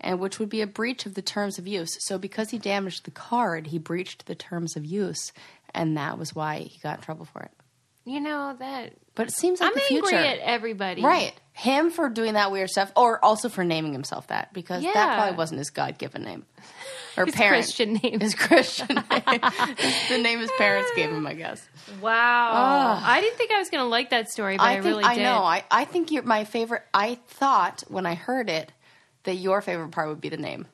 B: and which would be a breach of the terms of use. So because he damaged the card, he breached the terms of use, and that was why he got in trouble for it.
A: You know that
B: But it seems like
A: I'm
B: the
A: angry
B: future.
A: at everybody.
B: Right. Him for doing that weird stuff, or also for naming himself that, because
A: Yeah.
B: that probably wasn't his God given name. Or
A: His
B: parent.
A: Christian name.
B: His Christian name. the name his parents gave him, I guess.
A: Wow. I didn't think I was going to like that story, but I,
B: I think
A: really
B: I
A: did.
B: know. I, I think you're my favorite. I thought when I heard it that your favorite part would be the name,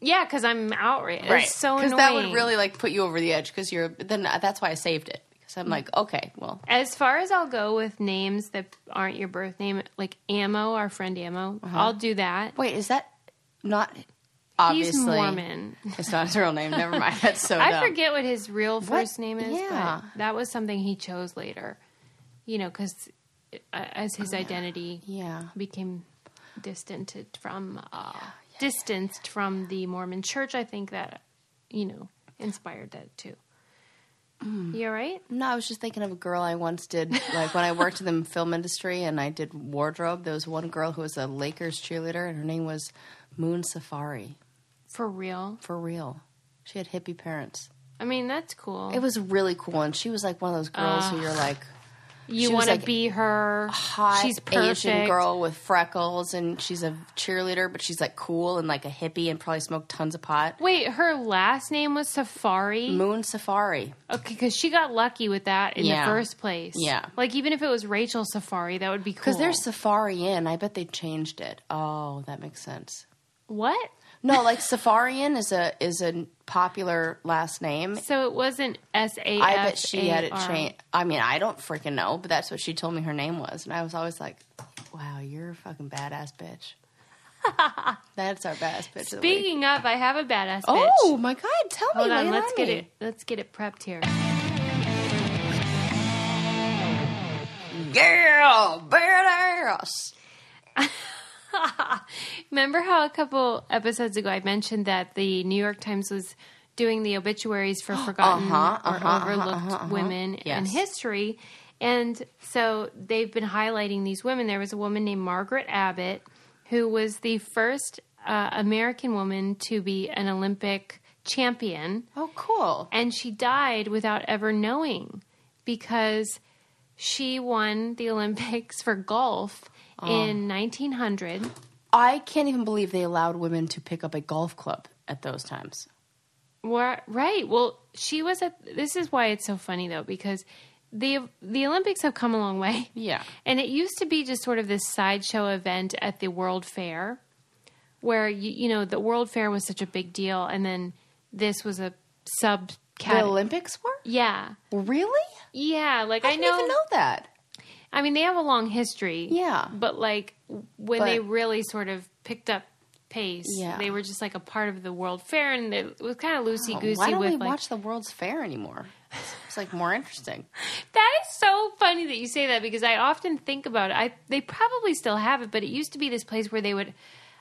A: yeah, because I'm outraged. It's so
B: Because
A: annoying.
B: that would really like put you over the edge. Because you're then that's why I saved it. Because I'm like, okay, well,
A: As far as I'll go with names that aren't your
B: Uh-huh.
A: birth name, like Ammo, our friend Ammo, I'll do that.
B: wait, is that not obviously
A: He's Mormon.
B: It's not his real name. Never mind. That's so
A: I
B: dumb.
A: forget what his real first name is,
B: Yeah.
A: but that was something he chose later. You know, because as his identity
B: Oh, Yeah.
A: became distanted from, uh, distanced from the Mormon Church, I think that you know inspired that too.
B: Mm.
A: You all right?
B: No, I was just thinking of a girl I once did, like when I worked in the film industry and I did wardrobe. There was one girl who was a Lakers cheerleader, and her name was Moon Safari.
A: For real?
B: For real, she had hippie parents.
A: I mean, that's cool.
B: It was really cool, and she was like one of those girls who you're like she
A: you
B: was
A: want to
B: like
A: be her?
B: hot
A: She's perfect.
B: Asian girl with freckles, and she's a cheerleader, but she's like cool and like a hippie, and probably smoked tons of pot.
A: Wait, her last name was Safari.
B: Moon Safari.
A: Okay, because she got lucky with that in
B: Yeah.
A: the first place.
B: Yeah.
A: Like, even if it was Rachel Safari, that would be cool.
B: Because there's Safarian. I bet they changed it. Oh, that makes sense.
A: What?
B: No, like Safarian is a is a popular last name.
A: So it wasn't S A.
B: I bet she had it changed. I mean, I don't freaking know, but that's what she told me her name was, and I was always like, "Wow, you're a fucking badass bitch." that's our badass bitch. of the week.
A: Speaking of, I have a badass bitch.
B: Oh my god! Tell me.
A: Hold
B: lay
A: on,
B: it
A: let's
B: on
A: get
B: me.
A: it. Let's get it prepped here.
B: Yeah, badass.
A: Remember how a couple episodes ago I mentioned that the New York Times was doing the obituaries for forgotten or overlooked women in
B: Yes.
A: history. And so they've been highlighting these women. There was a woman named Margaret Abbott who was the first uh, American woman to be an Olympic champion.
B: Oh, cool.
A: And she died without ever knowing because she won the Olympics for golf
B: Oh.
A: in 1900.
B: I can't even believe they allowed women to pick up a golf club at those times.
A: Wha- right. Well, she was at. This is why it's so funny though, because the the Olympics have come a long way.
B: Yeah.
A: And it used to be just sort of this sideshow event at the World Fair, where you you know the World Fair was such a big deal, and then this was a sub.
B: The Olympics were
A: yeah,
B: really.
A: yeah. Like
B: I
A: I,
B: didn't
A: know,
B: even know that.
A: I mean, they have a long history.
B: Yeah.
A: But like when
B: But-
A: they really sort of picked up pace,
B: Yeah.
A: they were just like a part of the World Fair, and it was kind of loosey goosey.
B: Why don't
A: with
B: we
A: like,
B: watch the World's Fair anymore? It's like more interesting.
A: That is so funny that you say that because I often think about it. I they probably still have it, but it used to be this place where they would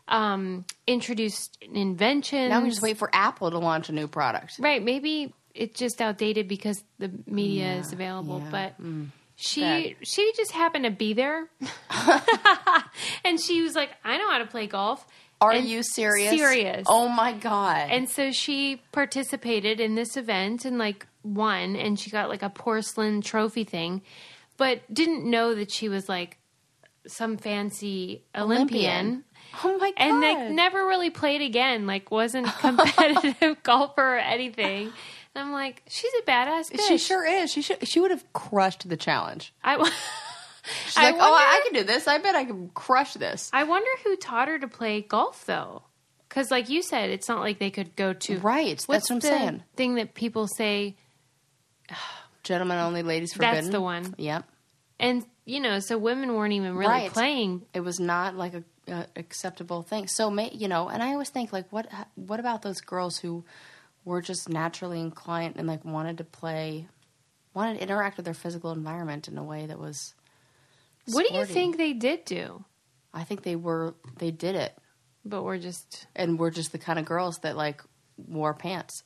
A: um, introduce inventions.
B: Now we just wait for Apple to launch a new product.
A: Right? Maybe it's just outdated because the media is available.
B: yeah, Mm.
A: But she she just happened to be there, and she was like, "I know how to play golf."
B: Are
A: And-
B: you serious?
A: Serious.
B: Oh my god.
A: And so she participated in this event and like won, and she got like a porcelain trophy thing, but didn't know that she was like some fancy Olympian.
B: oh my god.
A: And like never really played again, like wasn't competitive golfer or anything. And I'm like, she's a badass bitch.
B: she sure is. She should, she would have crushed the challenge.
A: I, wa-
B: She's
A: I
B: like, "Oh, I, I
A: wonder-
B: can do this. I bet I can crush this."
A: I wonder who taught her to play golf though. Because like you said, it's not like they could go to
B: Right. That's what I'm
A: the
B: saying.
A: Thing that people say
B: Gentlemen only, ladies forbidden.
A: the one.
B: Yep.
A: and you know, so women weren't even really
B: Right.
A: playing.
B: It was not like a, a acceptable thing. So, may, you know, and I always think like, what uh, what about those girls who were just naturally inclined and like wanted to play, wanted to interact with their physical environment in a way that was.
A: What do you
B: sporty?
A: think they did do?
B: I think they were they did it,
A: But we're just
B: and were just the kind of girls that like wore pants.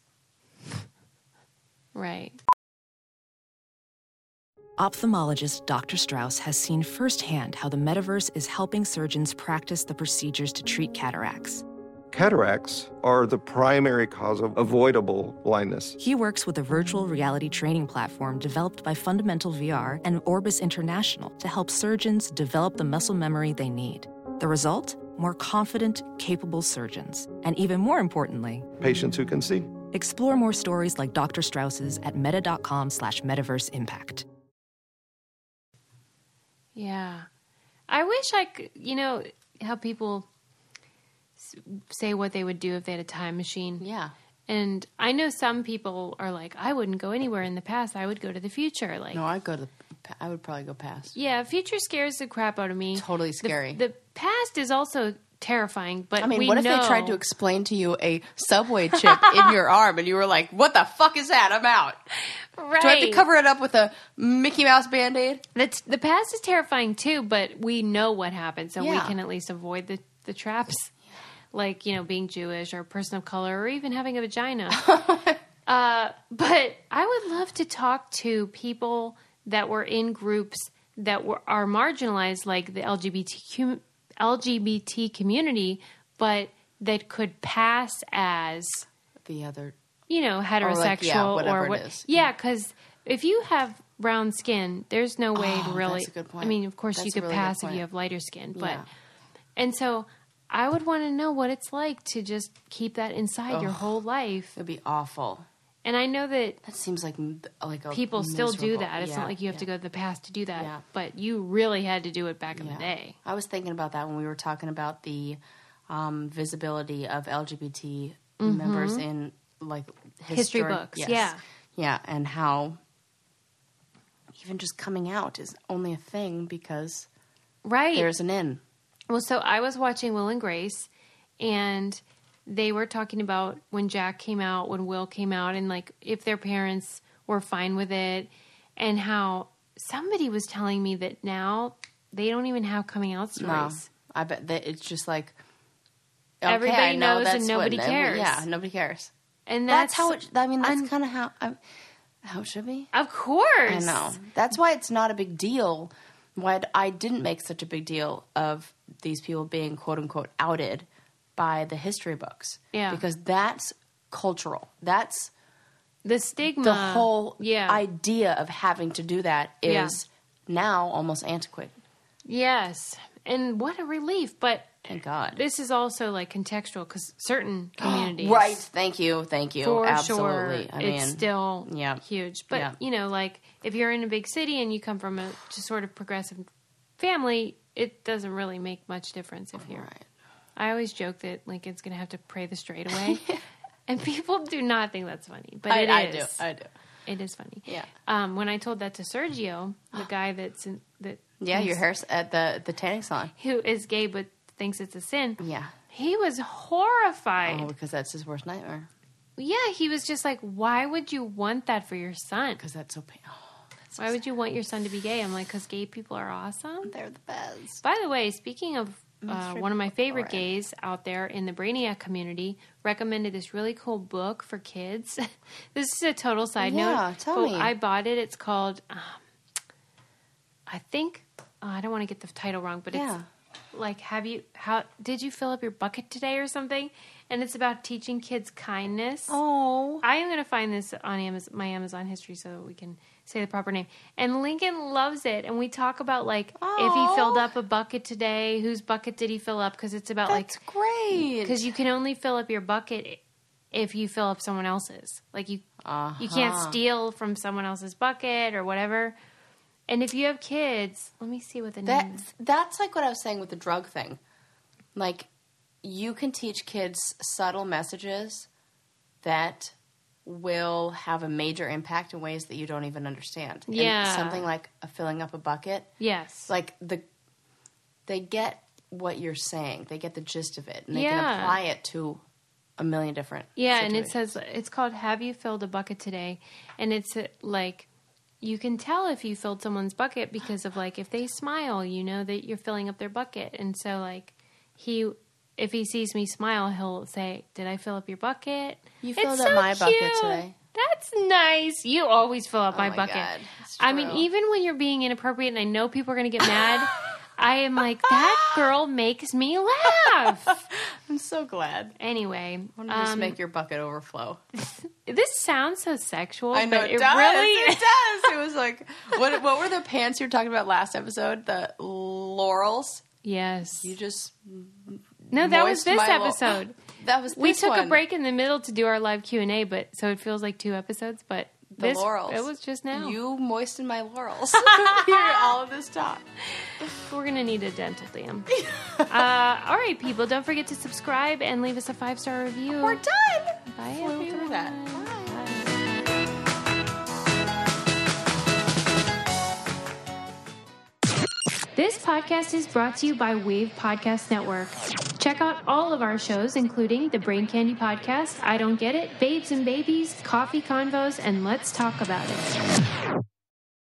A: right.
C: Ophthalmologist Dr. Strauss has seen firsthand how the metaverse is helping surgeons practice the procedures to treat cataracts.
D: Cataracts are the primary cause of avoidable blindness.
C: He works with a virtual reality training platform developed by Fundamental VR and Orbis International to help surgeons develop the muscle memory they need. The result? More confident, capable surgeons. And even more importantly,
D: Patients who can see.
C: explore more stories like Dr. Strauss's at meta.com slash metaverse impact.
A: Yeah. I wish I could, you know, how people s- say what they would do if they had a time machine.
B: Yeah.
A: And I know some people are like, I wouldn't go anywhere in the past. I would go to the future. Like,
B: No, I'd go to. The, I would probably go past.
A: yeah, future scares the crap out of me.
B: Totally
A: The-
B: scary.
A: The, past is also terrifying, but
B: I mean,
A: we
B: what if
A: know,
B: they tried to explain to you a subway chip in your arm and you were like, what the fuck is that? I'm out.
A: right.
B: Do I have to cover it up with a Mickey Mouse band aid?
A: That's the past is terrifying too, but we know what happened, so we
B: Yeah.
A: can at least avoid the the traps, like you know being Jewish or a person of color or even having a vagina. uh, but I would love to talk to people that were in groups that were are marginalized, like the LGBTQ LGBT community, but that could pass as
B: The other.
A: you know, heterosexual or,
B: like, yeah, whatever it
A: what,
B: is.
A: Yeah, because if you have brown skin, there's no way to really.
B: Oh, that's a good point.
A: I mean, of course, you
B: That's a
A: could
B: really good
A: pass if you
B: point.
A: have lighter skin, but
B: Yeah.
A: and so I would want to know what it's like to just keep that inside your whole life.
B: It'd be awful.
A: And I know that
B: That seems like m- like a
A: people still do
B: miserable-
A: that. It's
B: yeah,
A: not like you have
B: yeah.
A: to go to the past to do that,
B: Yeah.
A: but you really had to do it back in the
B: Yeah.
A: day.
B: I was thinking about that when we were talking about the um, visibility of LGBT members in like
A: Mm-hmm. History
B: histori-
A: books, yeah.
B: yeah, and how even just coming out is only a thing because
A: Right.
B: there's an in.
A: Well, so I was watching Will and Grace, and they were talking about when Jack came out, when Will came out, and like if their parents were fine with it, and how somebody was telling me that now they don't even have coming out
B: No,
A: stories.
B: I bet that it's just like okay,
A: Everybody
B: I know
A: knows and
B: that's what-
A: nobody cares.
B: Yeah, nobody cares.
A: And
B: That's,
A: that's,
B: how it. I mean, that's
A: un-
B: kind of how I, how it should be.
A: Of course.
B: I know. That's why it's not a big deal. Why d- I didn't make such a big deal of these people being quote unquote outed by the history books.
A: Yeah.
B: Because that's cultural. That's
A: The stigma.
B: the whole
A: Uh, Yeah.
B: idea of having to do that
A: Yeah.
B: is now almost antiquated.
A: yes. And what a relief. But
B: Thank God.
A: this is also like contextual because certain communities.
B: right. Thank you. Thank you.
A: for
B: Absolutely.
A: sure
B: I mean,
A: it's still
B: yeah.
A: huge but
B: Yeah.
A: you know like if you're in a big city and you come from a just sort of progressive family it doesn't really make much difference if you're
B: Right.
A: i always joke that lincoln's going to have to pray the straight away and people do not think that's funny but
B: I,
A: it
B: I do.
A: is.
B: I do.
A: it is funny
B: Yeah.
A: um, when i told that to sergio the guy that's in, that
B: Yeah, your
A: thinks-
B: hair's at the, the tanning salon.
A: who is gay but thinks it's a sin
B: Yeah.
A: he was horrified
B: Oh, because that's his worst nightmare.
A: yeah he was just like why would you want that for your son
B: Because that's so painful. Oh, that's
A: Why would you want your son to be gay? I'm like, because gay people are awesome.
B: they're the best.
A: By the way, speaking of uh, one of my favorite
B: Lauren.
A: gays out there in the Brainiac community, recommended this really cool book for kids. this is a total side
B: Yeah,
A: note.
B: tell
A: but
B: me.
A: I bought it. It's called, um, I think, oh, I don't want to get the title wrong, but
B: Yeah.
A: it's like, have you, how, did you fill up your bucket today or something? And it's about teaching kids kindness.
B: Oh.
A: I am going to find this on Amazon, my Amazon history so that we can say the proper name. And Lincoln loves it. And we talk about like if he
B: Aw.
A: filled up a bucket today, whose bucket did he fill up? Because it's about like
B: That's great.
A: because you can only fill up your bucket if you fill up someone else's. Like you, you can't steal from someone else's bucket or whatever. And if you have kids, let me see what the name. is.
B: that's that's like what I was saying with the drug thing. Like you can teach kids subtle messages that will have a major impact in ways that you don't even understand. And
A: Yeah.
B: something like a filling up a bucket.
A: Yes,
B: It's like the they get what you're saying. They get the gist of it and they
A: Yeah.
B: can apply it to a million different
A: Yeah, and it
B: situations.
A: says it's called "Have you filled a bucket today?" And it's uh, like you can tell if you filled someone's bucket because of like if they smile, you know that you're filling up their bucket. And so like he, if he sees me smile, he'll say, "Did I fill up your bucket?"
B: You
A: It's
B: filled up
A: so
B: my bucket
A: cute.
B: today. Oh
A: That's nice. You always fill up my,
B: my
A: bucket.
B: God, it's
A: I mean,
B: true.
A: even when you're being inappropriate, and I know people are going to get mad. I am like that girl makes me laugh.
B: I'm so glad.
A: anyway,
B: I want to
A: Um,
B: just make your bucket overflow.
A: This sounds so sexual,
B: I know
A: but
B: it,
A: it,
B: does.
A: really
B: It does. It was like what? What were the pants you were talking about last episode? The laurels.
A: Yes.
B: You just
A: No, that
B: moist
A: was this
B: my lo-
A: episode.
B: that was.
A: we
B: this
A: took a
B: one.
A: break in the middle to do our live Q&A, but so it feels like two episodes, but
B: The
A: this,
B: laurels.
A: It was just now.
B: You moistened my laurels. Here, all of this talk.
A: We're going to need a dental dam. uh, all right, people, don't forget to subscribe and leave us a five-star review.
B: We're done.
A: Bye,
B: Flew through
A: everyone.
B: that. Bye.
A: Bye. This podcast is brought to you by Wave Podcast Network. Check out all of our shows, including the Brain Candy Podcast, I Don't Get It, Babes and Babies, Coffee Convos, and Let's Talk About It.